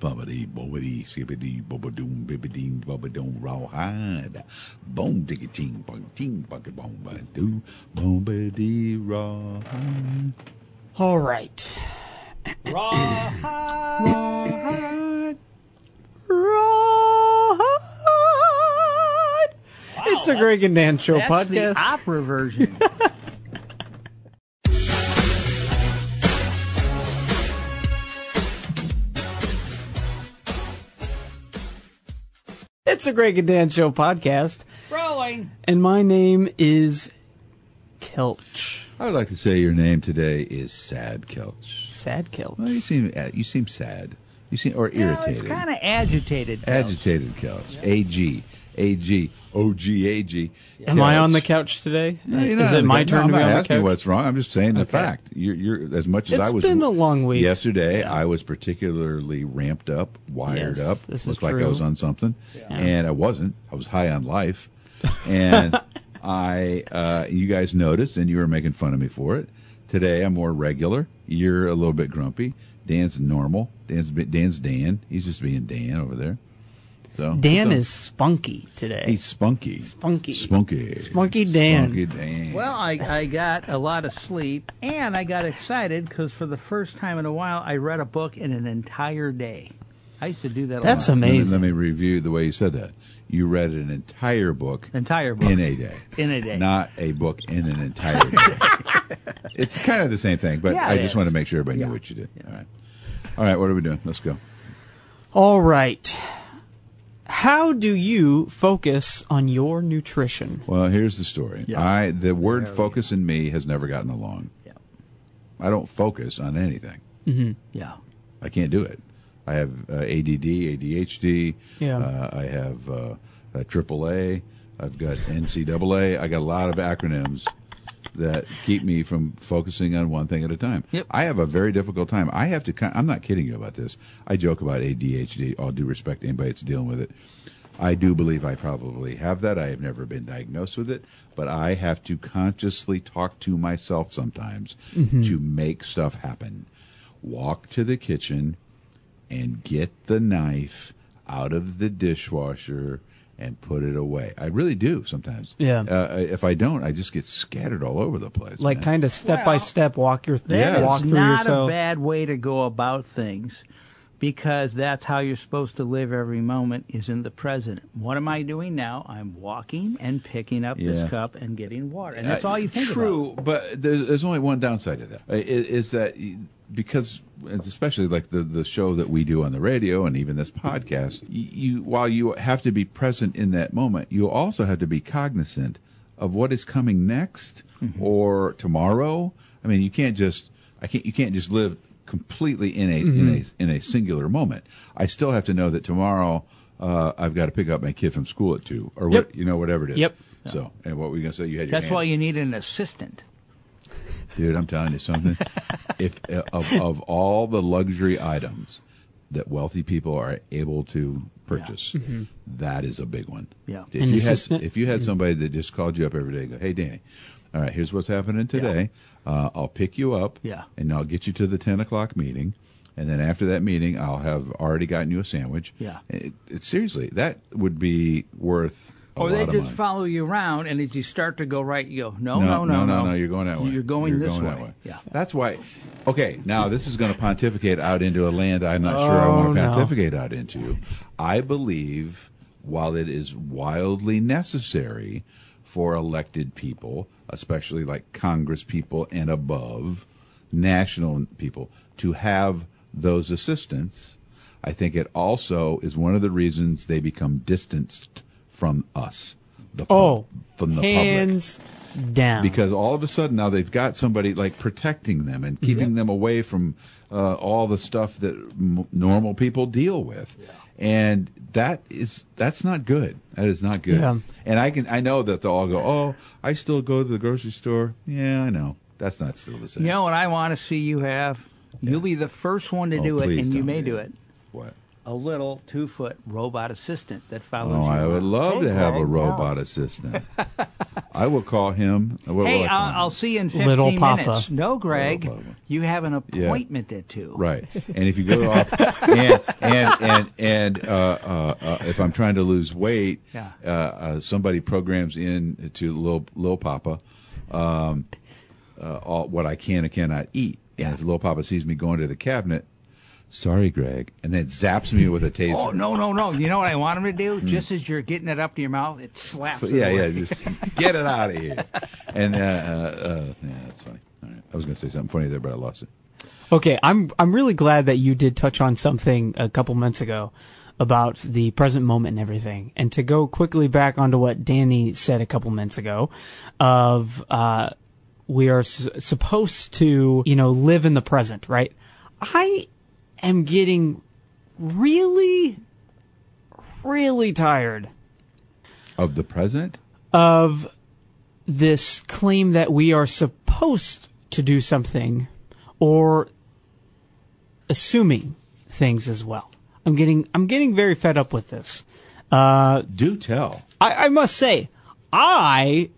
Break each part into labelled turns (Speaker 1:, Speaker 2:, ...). Speaker 1: Bubbity, bobbity, sibbity, bobbadoom, bibbideen, bobbadon, rawhide. Bone ticketing, bucketing, bucket bone, badoo, bobbity, rawhide.
Speaker 2: All right.
Speaker 1: Rawhide.
Speaker 2: Rawhide. it's a Greg and Dan Show
Speaker 3: That's
Speaker 2: podcast.
Speaker 3: the opera version.
Speaker 2: it's a Greg and Dan Show podcast.
Speaker 3: Rolling.
Speaker 2: And my name is Kelch.
Speaker 1: I would like to say your name today is Sad Kelch.
Speaker 2: Sad
Speaker 1: Well,
Speaker 2: Kelch.
Speaker 1: you seem uh, you seem sad. You seem or
Speaker 3: it's
Speaker 1: irritated.
Speaker 3: kind of agitated. though.
Speaker 1: Agitated couch. A G A G O G A G.
Speaker 2: Am I on the couch today?
Speaker 1: No, you're not
Speaker 2: is
Speaker 1: on
Speaker 2: it
Speaker 1: the
Speaker 2: my
Speaker 1: couch.
Speaker 2: turn
Speaker 1: no,
Speaker 2: to be
Speaker 1: I'm not
Speaker 2: on the
Speaker 1: asking
Speaker 2: couch?
Speaker 1: what's wrong. I'm just saying the
Speaker 2: Okay.
Speaker 1: fact. You're, you're as much as
Speaker 2: It's
Speaker 1: I was.
Speaker 2: been a long week.
Speaker 1: Yesterday, I was particularly ramped up, wired
Speaker 2: Yes,
Speaker 1: up.
Speaker 2: this is
Speaker 1: looked like I
Speaker 2: true.
Speaker 1: was on something, and I wasn't. I was high on life, and I. Uh, you guys noticed, and you were making fun of me for it. Today, I'm more regular. You're a little bit grumpy. Dan's normal. Dan's Dan's Dan. He's just being Dan over there. So
Speaker 2: Dan
Speaker 1: so-
Speaker 2: is spunky today.
Speaker 1: He's spunky.
Speaker 2: Spunky.
Speaker 1: Spunky.
Speaker 2: Spunky Dan.
Speaker 1: Spunky Dan.
Speaker 3: Well, I, I got a lot of sleep and I got excited because for the first time in a while, I read a book in an entire day. I used to do that a
Speaker 2: That's
Speaker 3: lot.
Speaker 1: Let me-
Speaker 2: amazing.
Speaker 1: Let me, review the way you said that. You read an entire book
Speaker 3: Entire book.
Speaker 1: in a day.
Speaker 3: In a day.
Speaker 1: Not a book in an entire day. it's kind of the same thing, but
Speaker 3: Yeah,
Speaker 1: I
Speaker 3: it
Speaker 1: just
Speaker 3: is.
Speaker 1: want to make sure everybody knew what you did. All right. All right, what are we doing? Let's go.
Speaker 2: All right. How do you focus on your nutrition?
Speaker 1: Well, here's the story.
Speaker 3: Yeah.
Speaker 1: I the word focus in me has never gotten along.
Speaker 3: Yeah.
Speaker 1: I don't focus on anything.
Speaker 3: yeah.
Speaker 1: I can't do it. I have uh, ADD, ADHD.
Speaker 2: Yeah.
Speaker 1: Uh, I have uh, uh, AAA. I've got NCAA. I got a lot of acronyms that keep me from focusing on one thing at a time.
Speaker 3: Yep.
Speaker 1: I have a very difficult time. I have to. ki- I'm not kidding you about this. I joke about ADHD. All due respect to anybody that's dealing with it. I do believe I probably have that. I have never been diagnosed with it, but I have to consciously talk to myself sometimes to make stuff happen. Walk to the kitchen and get the knife out of the dishwasher and put it away. I really do sometimes.
Speaker 2: Yeah.
Speaker 1: Uh, I- if I don't, I just get scattered all over the place.
Speaker 2: Like
Speaker 1: man.
Speaker 2: kind of step by
Speaker 3: Well,
Speaker 2: step walk your
Speaker 3: That
Speaker 1: Yeah.
Speaker 3: is
Speaker 2: walk through
Speaker 3: not
Speaker 2: yourself.
Speaker 3: a bad way to go about things because that's how you're supposed to live every moment is in the present. What am I doing now? I'm walking and picking up
Speaker 1: Yeah. Uh,
Speaker 3: this cup and getting water. And that's all you think about.
Speaker 1: True, but there's, there's only one downside to that. I- i- Is, that y- because, it's especially like the, the show that we do on the radio and even this podcast, y- you while you have to be present in that moment, you also have to be cognizant of what is coming next
Speaker 3: Mm-hmm.
Speaker 1: or tomorrow. I mean, you can't just I can't you can't just live completely in a in
Speaker 3: Mm-hmm.
Speaker 1: a in a singular moment. I still have to know that tomorrow. Uh, I've got to pick up my kid from school at two, or what,
Speaker 2: Yep.
Speaker 1: you know, whatever it is.
Speaker 2: Yep.
Speaker 1: So, and what were you gonna say? You had your
Speaker 3: That's
Speaker 1: hand-
Speaker 3: why you need an assistant.
Speaker 1: Dude, I'm telling you something. if uh, of of all the luxury items that wealthy people are able to purchase, that is a big one.
Speaker 3: Mm-hmm. Yeah. Mm-hmm.
Speaker 1: If
Speaker 2: An
Speaker 1: you
Speaker 2: assistant?
Speaker 1: had if you had somebody that just called you up every day and go, "Hey, Danny, all right, here's what's happening today. Uh, I'll pick you up.
Speaker 3: Yeah.
Speaker 1: and I'll get you to the ten o'clock meeting." And then after that meeting, I'll have already gotten you a sandwich.
Speaker 3: Yeah.
Speaker 1: It, it- seriously, that would be worth a
Speaker 3: or
Speaker 1: lot
Speaker 3: Oh, they
Speaker 1: of
Speaker 3: just
Speaker 1: money.
Speaker 3: follow you around, and as you start to go right, you go, no, no,
Speaker 1: no,
Speaker 3: no,
Speaker 1: no, You're going that way.
Speaker 3: You're going this
Speaker 1: going
Speaker 3: way.
Speaker 1: that way.
Speaker 3: Yeah.
Speaker 1: That's why. Okay, now this is going to pontificate out into a land I'm not sure I
Speaker 3: Oh,
Speaker 1: want to
Speaker 2: no.
Speaker 1: pontificate out into. I believe, while it is wildly necessary for elected people, especially like Congress people and above, national people, to have those assistants, I think it also is one of the reasons they become distanced from us. The pub-
Speaker 2: oh,
Speaker 1: from the public
Speaker 2: hands down.
Speaker 1: because all of a sudden now they've got somebody like protecting them and keeping them away from uh, all the stuff that m- normal people deal with, and that is that's not good. That is not good.
Speaker 2: Yeah.
Speaker 1: And I can I know that they'll all go, oh, I still go to the grocery store. Yeah, I know that's not still the same.
Speaker 3: You know what I want to see you have? You'll be the first one to
Speaker 1: Oh,
Speaker 3: do it,
Speaker 1: please
Speaker 3: and you
Speaker 1: don't
Speaker 3: may
Speaker 1: do
Speaker 3: do
Speaker 1: that.
Speaker 3: it.
Speaker 1: What?
Speaker 3: a little two foot robot assistant that follows
Speaker 1: Oh,
Speaker 3: you.
Speaker 1: I would
Speaker 3: around.
Speaker 1: love to have
Speaker 4: Okay,
Speaker 1: a
Speaker 4: yeah.
Speaker 1: robot assistant. I will call him. What will
Speaker 3: Hey, uh,
Speaker 1: I call him?
Speaker 3: I'll, I'll see you in 15
Speaker 2: Little Papa.
Speaker 3: minutes. No, Greg,
Speaker 1: Papa.
Speaker 3: you have an appointment at 2.
Speaker 1: Right. And if you go off, and and and and uh, uh, uh, if I'm trying to lose weight,
Speaker 3: Yeah.
Speaker 1: uh, uh, somebody programs in to Lil Lil Papa, um, uh, all, what I can and cannot eat. And if Lil Papa sees me going to the cabinet, sorry, Greg, and then zaps me with a taser.
Speaker 3: Oh, no, no, no. You know what I want him to do? Just as you're getting it up to your mouth, it slaps.
Speaker 1: So,
Speaker 3: it
Speaker 1: Hmm. yeah, yeah,
Speaker 3: away.
Speaker 1: just get it out of here. And uh, uh, uh, yeah, that's funny. All right. I was going to say something funny there, but I lost it.
Speaker 2: Okay, I'm I'm really glad that you did touch on something a couple months ago about the present moment and everything. And to go quickly back onto what Danny said a couple minutes ago, of uh, we are s- supposed to you know live in the present, right? I am getting really, really tired
Speaker 1: Of the present?
Speaker 2: of this claim that we are supposed to do something or assuming things as well. I'm getting I'm getting very fed up with this.
Speaker 1: Do tell.
Speaker 2: I, I must say, I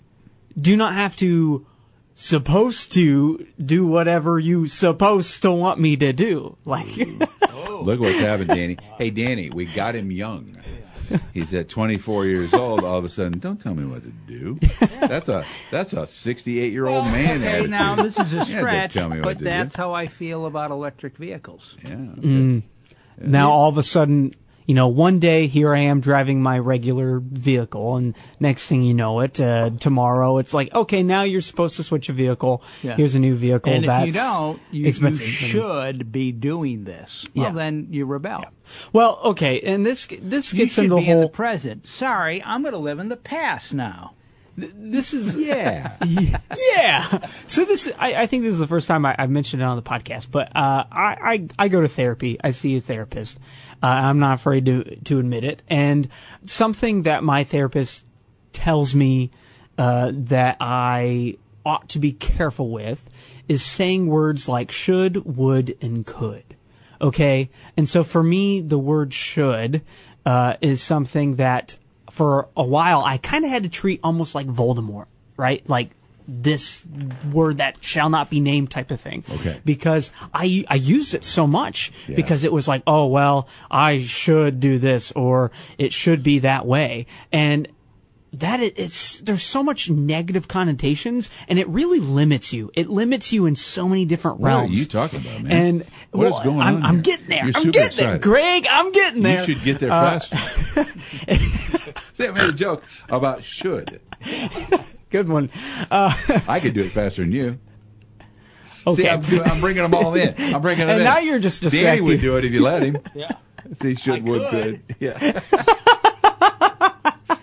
Speaker 2: do not have to supposed to do whatever you supposed to want me to do. Like
Speaker 1: Look what's happened, Danny. Hey, Danny, we got him young. He's at 24 years old. All of a sudden, don't tell me what to do. That's a that's a 68 year old man
Speaker 3: okay,
Speaker 1: attitude.
Speaker 3: now this is a
Speaker 1: Yeah, don't
Speaker 3: stretch,
Speaker 1: tell me what
Speaker 3: but
Speaker 1: to
Speaker 3: that's
Speaker 1: do.
Speaker 3: how I feel about electric vehicles.
Speaker 1: Yeah, okay.
Speaker 2: Mm. now all of a sudden you know one day here i am driving my regular vehicle and next thing you know it uh, tomorrow it's like okay now you're supposed to switch a vehicle
Speaker 3: Yeah.
Speaker 2: here's a new vehicle
Speaker 3: and
Speaker 2: that's
Speaker 3: if you don't, you, you
Speaker 2: expensive and-
Speaker 3: should be doing this. Well,
Speaker 2: Yeah.
Speaker 3: then you rebel.
Speaker 2: well okay and this this
Speaker 3: You
Speaker 2: gets
Speaker 3: should
Speaker 2: into the
Speaker 3: be in
Speaker 2: whole
Speaker 3: the present. Sorry, I'm going to live in the past now.
Speaker 2: this is
Speaker 1: yeah.
Speaker 2: yeah. So this, I, I think this is the first time I, I've mentioned it on the podcast. But uh, I, I, I go to therapy. I see a therapist. Uh, I'm not afraid to to admit it. And something that my therapist tells me uh, that I ought to be careful with is saying words like should, would, and could. Okay. And so for me, the word should, uh, is something that for a while I kind of had to treat almost like Voldemort, right? Like this word that shall not be named type of thing.
Speaker 1: Okay.
Speaker 2: Because I, I used it so much
Speaker 1: Yeah.
Speaker 2: because it was like, oh, well, I should do this or it should be that way. And that it, it's there's so much negative connotations and it really limits you. It limits you in so many different
Speaker 1: What are
Speaker 2: realms.
Speaker 1: you talking about, man?
Speaker 2: And
Speaker 1: What is
Speaker 2: well,
Speaker 1: going
Speaker 2: I'm,
Speaker 1: on
Speaker 2: I'm
Speaker 1: here?
Speaker 2: getting there.
Speaker 1: You're
Speaker 2: I'm
Speaker 1: super
Speaker 2: getting there,
Speaker 1: excited.
Speaker 2: Greg. I'm getting there. uh,
Speaker 1: You should get there faster. That made a joke about should.
Speaker 2: Good one.
Speaker 1: I could do it faster than you.
Speaker 2: Okay.
Speaker 1: See, I'm, doing- I'm bringing them all in. I'm bringing them
Speaker 2: And
Speaker 1: in.
Speaker 2: now you're just
Speaker 1: Danny
Speaker 2: distracting.
Speaker 1: would do it if you let him.
Speaker 3: Yeah.
Speaker 1: See, should, would,
Speaker 3: could.
Speaker 1: could. Yeah.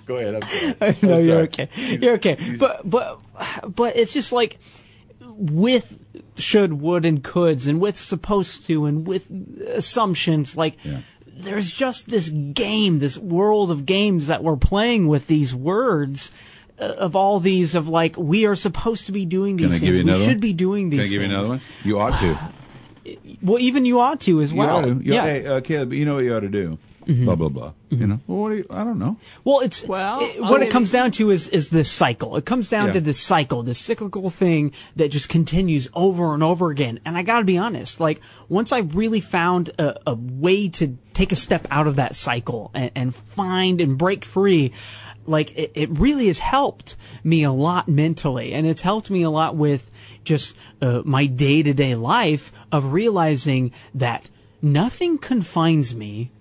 Speaker 1: Go ahead. I'm sorry.
Speaker 2: no,
Speaker 1: I'm
Speaker 2: you're
Speaker 1: sorry.
Speaker 2: okay. You're okay. But but but it's just like with should, would, and coulds, and with supposed to, and with assumptions. Like
Speaker 1: Yeah.
Speaker 2: there's just this game, this world of games that we're playing with these words. uh, Of all these, of like we are supposed to be doing
Speaker 1: Can I
Speaker 2: these
Speaker 1: give
Speaker 2: things,
Speaker 1: you
Speaker 2: we
Speaker 1: another one?
Speaker 2: should be doing
Speaker 1: Can
Speaker 2: these.
Speaker 1: I give you
Speaker 2: things.
Speaker 1: another one? You ought to.
Speaker 2: Well, even you ought to as
Speaker 1: You
Speaker 2: well.
Speaker 1: ought to. Mm-hmm. You-
Speaker 2: yeah.
Speaker 1: Hey, uh, Caleb, you know what you ought to do. Blah blah blah. You know. Well, what do you? I don't know.
Speaker 2: Well, it's
Speaker 3: Well,
Speaker 2: it- what
Speaker 3: I-
Speaker 2: it comes down to is is this cycle. It comes down
Speaker 1: Yeah.
Speaker 2: to this cycle, this cyclical thing that just continues over and over again. And I got to be honest, like once I really found a, a way to take a step out of that cycle and, and find and break free, like it, it really has helped me a lot mentally, and it's helped me a lot with just uh, my day to day life of realizing that nothing confines me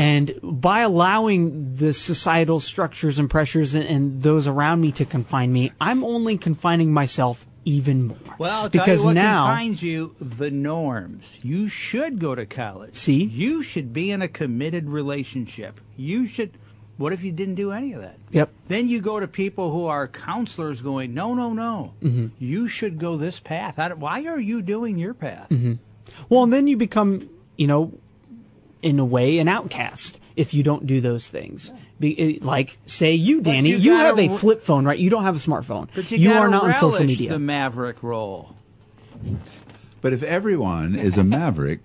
Speaker 2: and by allowing the societal structures and pressures and, and those around me to confine me, I'm only confining myself even more.
Speaker 3: Well, I'll tell
Speaker 2: because
Speaker 3: you what
Speaker 2: now,
Speaker 3: confines you the norms. You should go to college.
Speaker 2: See?
Speaker 3: you should be in a committed relationship. You should. What if you didn't do any of that?
Speaker 2: Yep.
Speaker 3: Then you go to people who are counselors, going, "No, no, no.
Speaker 2: Mm-hmm.
Speaker 3: You should go this path. I don't- Why are you doing your path?"
Speaker 2: Mm-hmm. well, and then you become, you know, in a way, an outcast if you don't do those things. Be, it- like, say you, Danny,
Speaker 3: you
Speaker 2: you,
Speaker 3: gotta
Speaker 2: have a
Speaker 3: re-
Speaker 2: flip phone, right? You don't have a smartphone.
Speaker 3: But
Speaker 2: you are
Speaker 3: gotta
Speaker 2: not on social
Speaker 3: relish
Speaker 2: media.
Speaker 3: The maverick role.
Speaker 1: But if everyone is a maverick,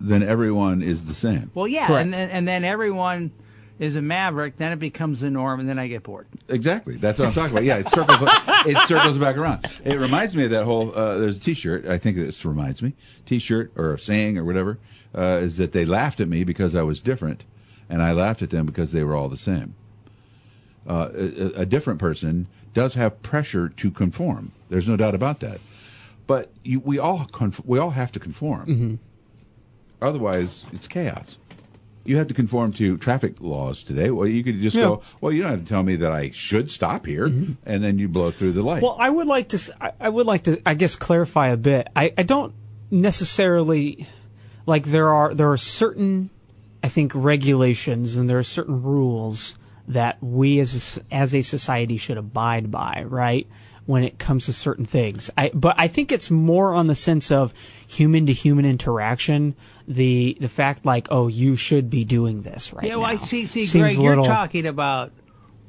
Speaker 1: then everyone is the same.
Speaker 3: Well, yeah,
Speaker 2: Correct.
Speaker 3: and then, and then everyone is a maverick. Then it becomes the norm, and then I get bored.
Speaker 1: Exactly. That's what I'm talking about. Yeah, it circles. it circles back around. It reminds me of that whole. Uh, there's a T-shirt. I think this reminds me. T-shirt or a saying or whatever uh, is that they laughed at me because I was different, and I laughed at them because they were all the same. Uh, a, a different person does have pressure to conform. There's no doubt about that. But you, we all conf- we all have to conform. Otherwise, it's chaos. You have to conform to traffic laws today. Well, you could just
Speaker 2: Yeah.
Speaker 1: go. Well, you don't have to tell me that I should stop here, and then you blow through the light.
Speaker 2: Mm-hmm. Well, I would like to. s- I- I would like to. I guess clarify a bit. I, I don't necessarily like there are there are certain I think regulations and there are certain rules that we as a, s- as a society should abide by, right? When it comes to certain things, I but I think it's more on the sense of human to human interaction. The the fact like oh you should be doing this right
Speaker 3: Yeah, well, I
Speaker 2: now
Speaker 3: see. See,
Speaker 2: seems
Speaker 3: Greg,
Speaker 2: a
Speaker 3: you're
Speaker 2: little-
Speaker 3: talking about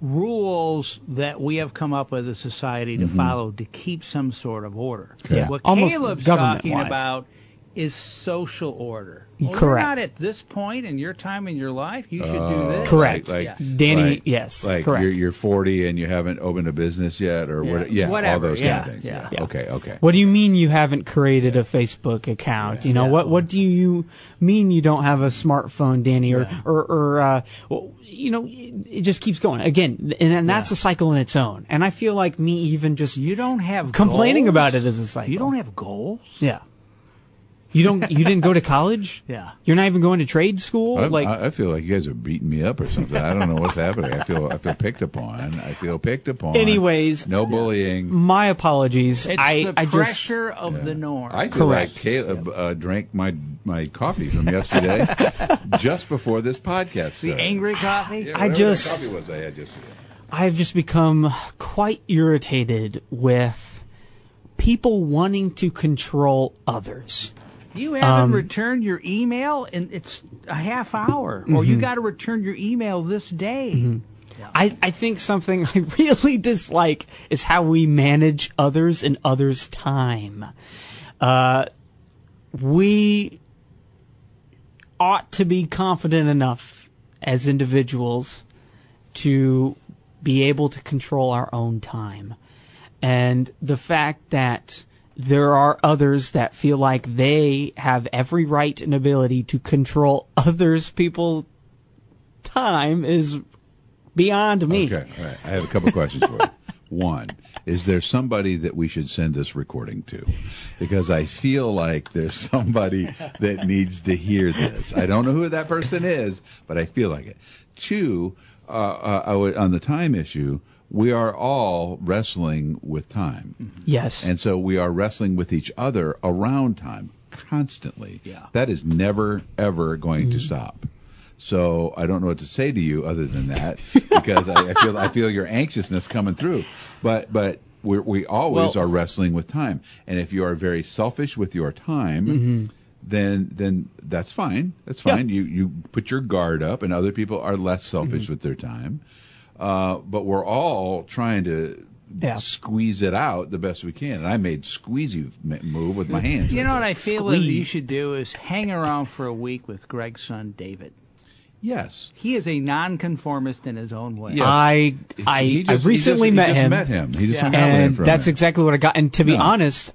Speaker 3: rules that we have come up with as a society to follow to keep some sort of order.
Speaker 2: Mm-hmm. Yeah.
Speaker 3: What
Speaker 2: Almost
Speaker 3: Caleb's talking
Speaker 2: government-wise.
Speaker 3: about is social order. Well, You're
Speaker 2: Correct. Uh,
Speaker 3: not at this point in your time in your life. You should do this.
Speaker 2: Correct.
Speaker 1: Like,
Speaker 3: Yeah.
Speaker 2: Danny, yes,
Speaker 1: Like
Speaker 2: correct.
Speaker 1: You're, you're 40 and you haven't opened a business yet, or
Speaker 3: Yeah.
Speaker 1: what, yeah all
Speaker 3: Whatever,
Speaker 1: those
Speaker 3: yeah,
Speaker 1: kind of things.
Speaker 3: yeah.
Speaker 1: Yeah. Okay. Okay.
Speaker 2: What do you mean you haven't created a Facebook account? You know
Speaker 3: Yeah.
Speaker 2: what? What do you mean you don't have a smartphone, Danny? Or or, or uh, well, you know, it just keeps going again, and, and that's a cycle in its own. And I feel like me even just
Speaker 3: You don't have
Speaker 2: complaining
Speaker 3: goals?
Speaker 2: about it is a cycle.
Speaker 3: You don't have goals.
Speaker 2: yeah. You don't. You didn't go to college.
Speaker 3: Yeah. Uh,
Speaker 2: You're not even going to trade school.
Speaker 1: I'm-
Speaker 2: like
Speaker 1: I, I feel like you guys are beating me up or something. I don't know what's happening. I feel I feel picked upon. I feel picked upon.
Speaker 2: Anyways.
Speaker 1: no bullying.
Speaker 2: my apologies.
Speaker 3: It's
Speaker 2: I
Speaker 3: the
Speaker 2: I just
Speaker 3: pressure of the norm.
Speaker 1: I feel
Speaker 2: Correct.
Speaker 1: like Caleb uh, drank my my coffee from yesterday just before this podcast.
Speaker 3: the
Speaker 1: Started.
Speaker 3: angry coffee.
Speaker 1: Yeah,
Speaker 2: I
Speaker 1: whatever that
Speaker 2: just-
Speaker 1: coffee was I had yesterday.
Speaker 2: I've just become quite irritated with people wanting to control others.
Speaker 3: You haven't
Speaker 2: Um,
Speaker 3: returned your email, and it's a half hour, or
Speaker 2: Mm-hmm.
Speaker 3: you got to return your email this day.
Speaker 2: I, I think something I really dislike is how we manage others and others' time. Uh, we ought to be confident enough as individuals to be able to control our own time. And the fact that there are others that feel like they have every right and ability to control others' people time is beyond me.
Speaker 1: Okay, all right. I have a couple questions for you. One, is there somebody that we should send this recording to? Because I feel like there's somebody that needs to hear this. I don't know who that person is, but I feel like it. Two, uh, uh, I would, on the time issue, we are all wrestling with time.
Speaker 2: Yes.
Speaker 1: And so we are wrestling with each other around time constantly.
Speaker 3: Yeah.
Speaker 1: That is never, ever going
Speaker 2: Mm-hmm.
Speaker 1: to stop. So I don't know what to say to you other than that because I, I feel I feel your anxiousness coming through. But but we're, we always
Speaker 2: Well-
Speaker 1: are wrestling with time. And if you are very selfish with your time, then then that's fine. That's
Speaker 2: Mm-hmm. Yeah.
Speaker 1: fine. You you put your guard up, and other people are less selfish
Speaker 2: Mm-hmm.
Speaker 1: with their time. Uh, but we're all trying to
Speaker 2: Yeah.
Speaker 1: squeeze it out the best we can. And I made squeezy m- move with my hands.
Speaker 3: You know what I feel that you
Speaker 2: Squeeze.
Speaker 3: should do is hang around for a week with Greg's son David.
Speaker 1: yes.
Speaker 3: He is a nonconformist in his own way. Uh,
Speaker 1: Yeah.
Speaker 2: I I,
Speaker 1: He just-
Speaker 2: I recently
Speaker 1: he just,
Speaker 2: met,
Speaker 1: he just
Speaker 2: him,
Speaker 1: met him. He just
Speaker 3: Yeah.
Speaker 1: hung out with him
Speaker 2: and
Speaker 1: for a
Speaker 2: that's
Speaker 1: minute.
Speaker 2: exactly what I got. And to be
Speaker 1: No.
Speaker 2: honest,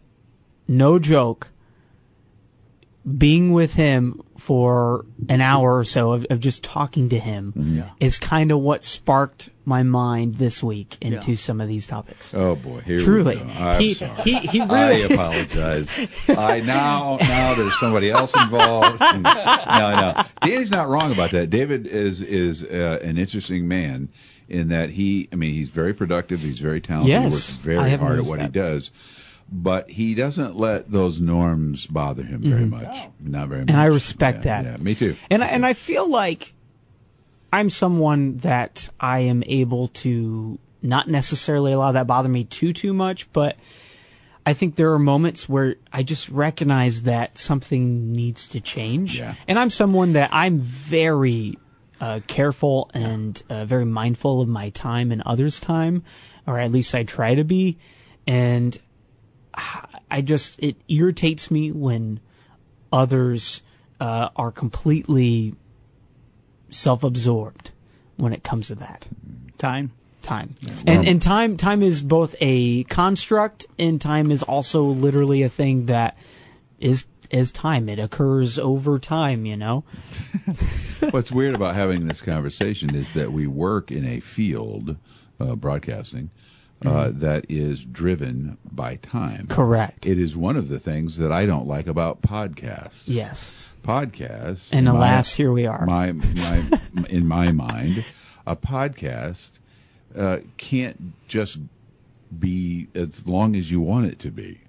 Speaker 2: no joke, being with him for an hour or so of, of just talking to him
Speaker 1: Mm-hmm.
Speaker 2: is kind of what sparked my mind this week into
Speaker 3: Yeah.
Speaker 2: some of these topics.
Speaker 1: Oh boy, here
Speaker 2: Truly,
Speaker 1: we go. I'm
Speaker 2: he,
Speaker 1: sorry.
Speaker 2: he he
Speaker 1: I
Speaker 2: really
Speaker 1: apologize. I now now there's somebody else involved. no, no. Danny's not wrong about that. David is is uh, an interesting man in that he I mean he's very productive, he's very talented,
Speaker 2: Yes,
Speaker 1: he works
Speaker 2: I
Speaker 1: very
Speaker 2: have
Speaker 1: hard at
Speaker 2: noticed
Speaker 1: what he
Speaker 2: that.
Speaker 1: does. But he doesn't let those norms bother him very much. Not very much.
Speaker 2: Mm-hmm. and I respect
Speaker 1: Yeah,
Speaker 2: that.
Speaker 1: Yeah, me too.
Speaker 2: And I, and I feel like I'm someone that I am able to not necessarily allow that bother me too too much, but I think there are moments where I just recognize that something needs to change.
Speaker 1: Yeah.
Speaker 2: And I'm someone that I'm very uh, careful and uh, very mindful of my time and others' time, or at least I try to be. And I just, it irritates me when others uh, are completely self-absorbed when it comes to that
Speaker 3: Time.
Speaker 2: time. And and time time is both a construct and time is also literally a thing that is is time. It occurs over time, you know.
Speaker 1: What's weird about having this conversation is that we work in a field, uh, broadcasting, uh, that is driven by time.
Speaker 2: Mm-hmm. Correct.
Speaker 1: It is one of the things that I don't like about podcasts.
Speaker 2: yes.
Speaker 1: Podcasts.
Speaker 2: And
Speaker 1: my-
Speaker 2: alas, here we are.
Speaker 1: My, my, in my mind, a podcast uh, can't just be as long as you want it to be.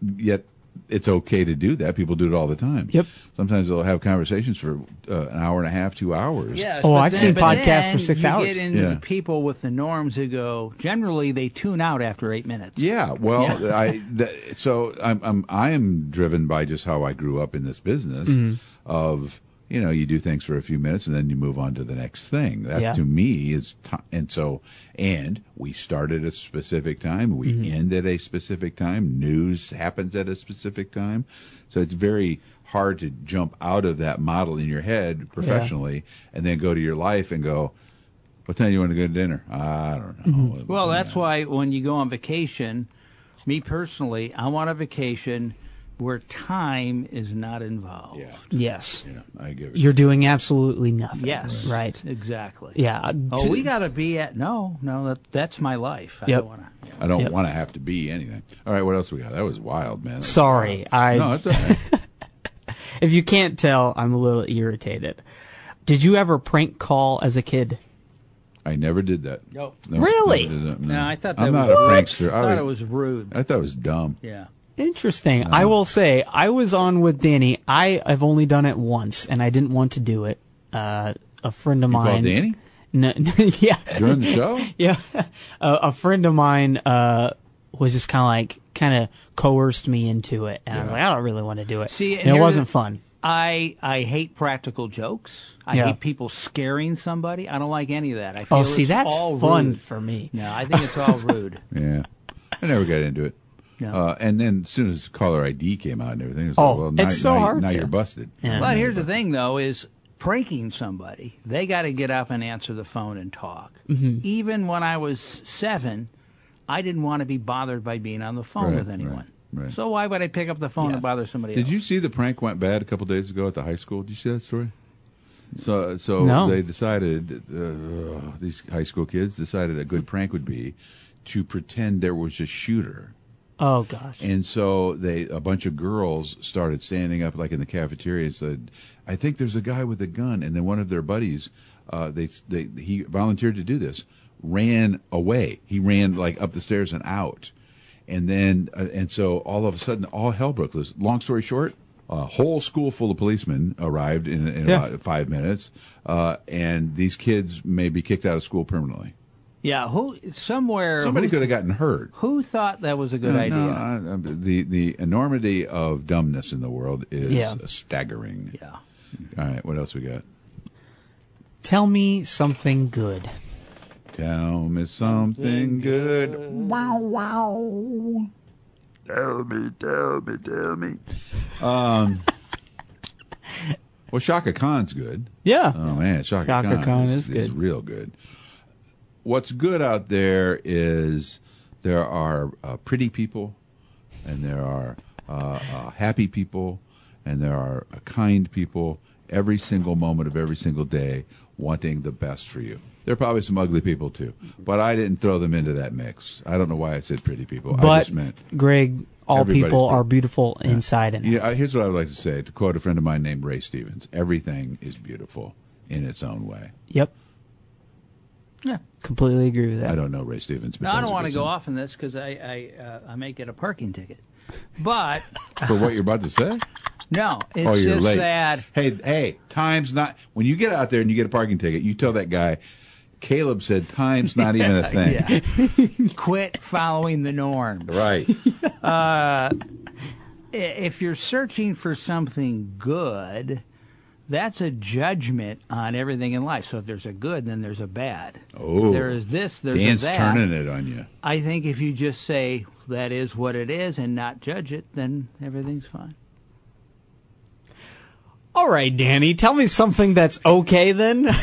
Speaker 1: Yet it's okay to do that. People do it all the time.
Speaker 2: Yep.
Speaker 1: Sometimes they'll have conversations for uh, an hour and a half, two hours.
Speaker 2: Oh, I've seen podcasts for six
Speaker 3: you
Speaker 2: hours.
Speaker 3: Get into
Speaker 1: Yeah.
Speaker 3: the people with the norms who go. Generally, they tune out after eight minutes.
Speaker 1: Yeah, well, I that, so I'm, I'm I am driven by just how I grew up in this business of you know you do things for a few minutes and then you move on to the next thing. That
Speaker 2: Yeah.
Speaker 1: to me is time, and so and we start at a specific time, we end at a specific time. News happens at a specific time, so it's very hard to jump out of that model in your head professionally and then go to your life and go. What time do you want to go to dinner? I don't know.
Speaker 3: Well, that's why when you go on vacation, me personally, I want a vacation where time is not involved.
Speaker 1: yeah,
Speaker 2: Yes.
Speaker 1: yeah, I give it.
Speaker 2: You're doing absolutely nothing.
Speaker 3: Yes.
Speaker 2: Right.
Speaker 3: Exactly.
Speaker 2: Yeah.
Speaker 3: Oh, we got to be at no, no. That, that's my life. I
Speaker 2: Yep.
Speaker 3: don't want to.
Speaker 1: I don't
Speaker 2: Yep.
Speaker 1: want to have to be anything. All right, what else we got? That was wild, man. That was
Speaker 2: Sorry,
Speaker 1: wild.
Speaker 2: I-
Speaker 1: no, it's all right.
Speaker 2: If you can't tell, I'm a little irritated. Did you ever prank call as a kid?
Speaker 1: I never did that.
Speaker 3: Nope.
Speaker 1: No,
Speaker 2: Really?
Speaker 1: never did that,
Speaker 3: No, I thought that
Speaker 1: I'm
Speaker 3: was,
Speaker 1: not a prankster.
Speaker 3: I thought
Speaker 1: I
Speaker 3: it
Speaker 1: was,
Speaker 3: was rude.
Speaker 1: I thought it was dumb.
Speaker 3: yeah.
Speaker 2: Interesting. I will say I was on with Danny. I have only done it once, and I didn't want to do it. Uh, a friend of
Speaker 1: You called
Speaker 2: mine,
Speaker 1: Danny
Speaker 2: No, no, yeah,
Speaker 1: during the show.
Speaker 2: yeah. A a friend of mine uh, was just kind of like kind of coerced me into it, and I was like, I don't really want to do it.
Speaker 3: See, and
Speaker 2: And it
Speaker 3: here's-
Speaker 2: wasn't fun.
Speaker 3: I I hate practical jokes. I
Speaker 2: Yeah.
Speaker 3: hate people scaring somebody. I don't like any of that. I feel
Speaker 2: Oh, see,
Speaker 3: it's
Speaker 2: that's
Speaker 3: all
Speaker 2: fun
Speaker 3: rude.
Speaker 2: for me.
Speaker 3: No, I think it's all rude.
Speaker 1: Yeah, I never got into it.
Speaker 3: No.
Speaker 1: Uh, and then as soon as caller ID came out and everything, it was
Speaker 2: Oh,
Speaker 1: like, well,
Speaker 2: it's
Speaker 1: now,
Speaker 2: so
Speaker 1: now,
Speaker 2: hard
Speaker 1: now
Speaker 2: to.
Speaker 1: you're busted.
Speaker 2: Yeah.
Speaker 3: But here's the thing, though, is pranking somebody. They got to get up and answer the phone and talk. Even when I was seven, I didn't want to be bothered by being on the phone
Speaker 1: Right,
Speaker 3: with anyone.
Speaker 1: right, right.
Speaker 3: So why would I pick up the phone and bother somebody
Speaker 1: Did
Speaker 3: else?
Speaker 1: you see the prank went bad a couple days ago at the high school? Did you see that story? So, so
Speaker 2: No.
Speaker 1: they decided uh, these high school kids decided a good prank would be to pretend there was a shooter.
Speaker 2: Oh gosh.
Speaker 1: And so they a bunch of girls started standing up like in the cafeteria and said, "I think there's a guy with a gun." And then one of their buddies, uh, they they he volunteered to do this, ran away. He ran like up the stairs and out. And then uh, and so all of a sudden all hell broke loose. Long story short, a whole school full of policemen arrived in, in
Speaker 2: Yeah.
Speaker 1: about five minutes, uh, and these kids may be kicked out of school permanently.
Speaker 3: yeah, who somewhere
Speaker 1: Somebody
Speaker 3: who,
Speaker 1: could have gotten hurt.
Speaker 3: who thought that was a good idea?
Speaker 1: No, I, I- the the enormity of dumbness in the world is
Speaker 2: Yeah.
Speaker 1: staggering.
Speaker 3: yeah.
Speaker 1: All right, what else we got?
Speaker 2: Tell me something good.
Speaker 1: Tell me something good. Wow, wow. Tell me, tell me, tell me. Um. well, Shaka Khan's good.
Speaker 2: Yeah.
Speaker 1: Oh man, Shaka,
Speaker 2: Chaka
Speaker 1: Khan,
Speaker 2: Khan
Speaker 1: is,
Speaker 2: is
Speaker 1: is
Speaker 2: good.
Speaker 1: real good. What's good out there is there are uh, pretty people, and there are uh, uh, happy people, and there are uh, kind people. Every single moment of every single day, wanting the best for you. There are probably some ugly people too, but I didn't throw them into that mix. I don't know why I said pretty people. I
Speaker 2: but
Speaker 1: just meant
Speaker 2: Greg, all
Speaker 1: Everybody's
Speaker 2: people are
Speaker 1: good.
Speaker 2: beautiful inside and out.
Speaker 1: yeah, I- here's what I would like to say. To quote a friend of mine named Ray Stevens, everything is beautiful in its own way.
Speaker 2: Yep.
Speaker 3: Yeah.
Speaker 2: Completely agree with that.
Speaker 1: I don't know Ray Stevens. but
Speaker 3: Now, I
Speaker 1: that's
Speaker 3: don't
Speaker 1: a
Speaker 3: want to
Speaker 1: good
Speaker 3: go
Speaker 1: song.
Speaker 3: off on this because I I, uh, I may get a parking ticket, but
Speaker 1: for what you're about to say.
Speaker 3: no, it's
Speaker 1: oh, you're
Speaker 3: just
Speaker 1: late.
Speaker 3: that
Speaker 1: Hey, hey, time's not. When you get out there and you get a parking ticket, you tell that guy. Caleb said, "Time's not even a thing."
Speaker 3: quit following the norm.
Speaker 1: Right.
Speaker 3: I- If you're searching for something good, that's a judgment on everything in life. So if there's a good, then there's a bad.
Speaker 1: Oh.
Speaker 3: there is this. There's a
Speaker 1: Dan's
Speaker 3: that.
Speaker 1: turning it on you.
Speaker 3: I think if you just say that is what it is and not judge it, then everything's fine.
Speaker 2: All right, Danny, tell me something that's okay then.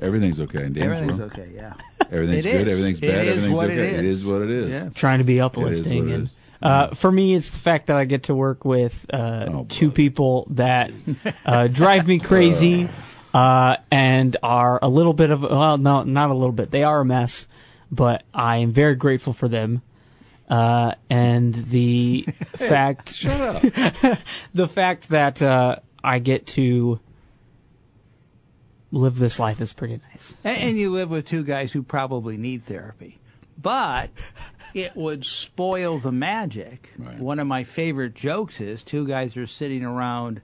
Speaker 1: Everything's okay in Dan's
Speaker 3: Everything's
Speaker 1: world.
Speaker 3: okay, yeah.
Speaker 1: Everything's
Speaker 3: It
Speaker 1: good.
Speaker 3: is.
Speaker 1: Everything's
Speaker 3: It
Speaker 1: bad.
Speaker 3: is
Speaker 1: everything's
Speaker 3: what it
Speaker 1: okay. it
Speaker 3: is.
Speaker 1: is what it is.
Speaker 3: Yeah.
Speaker 2: trying to be
Speaker 1: what
Speaker 2: uplifting
Speaker 1: it
Speaker 2: and
Speaker 1: is.
Speaker 2: uh, for me it's the fact that i get to work with uh,
Speaker 1: Oh,
Speaker 2: two
Speaker 1: brother.
Speaker 2: people that uh, drive me crazy uh, and are a little bit of well no not a little bit they are a mess but i am very grateful for them uh, and the fact
Speaker 1: Shut up.
Speaker 2: the fact that uh, i get to live this life is pretty nice
Speaker 3: And, and you live with two guys who probably need therapy. But it would spoil the magic.
Speaker 1: Right.
Speaker 3: One of my favorite jokes is two guys are sitting around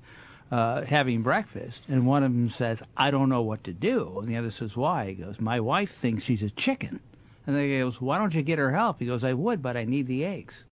Speaker 3: uh, having breakfast, and one of them says, I don't know what to do. And the other says, Why? He goes, My wife thinks she's a chicken. And the guy goes, Why don't you get her help? He goes, I would, but I need the eggs.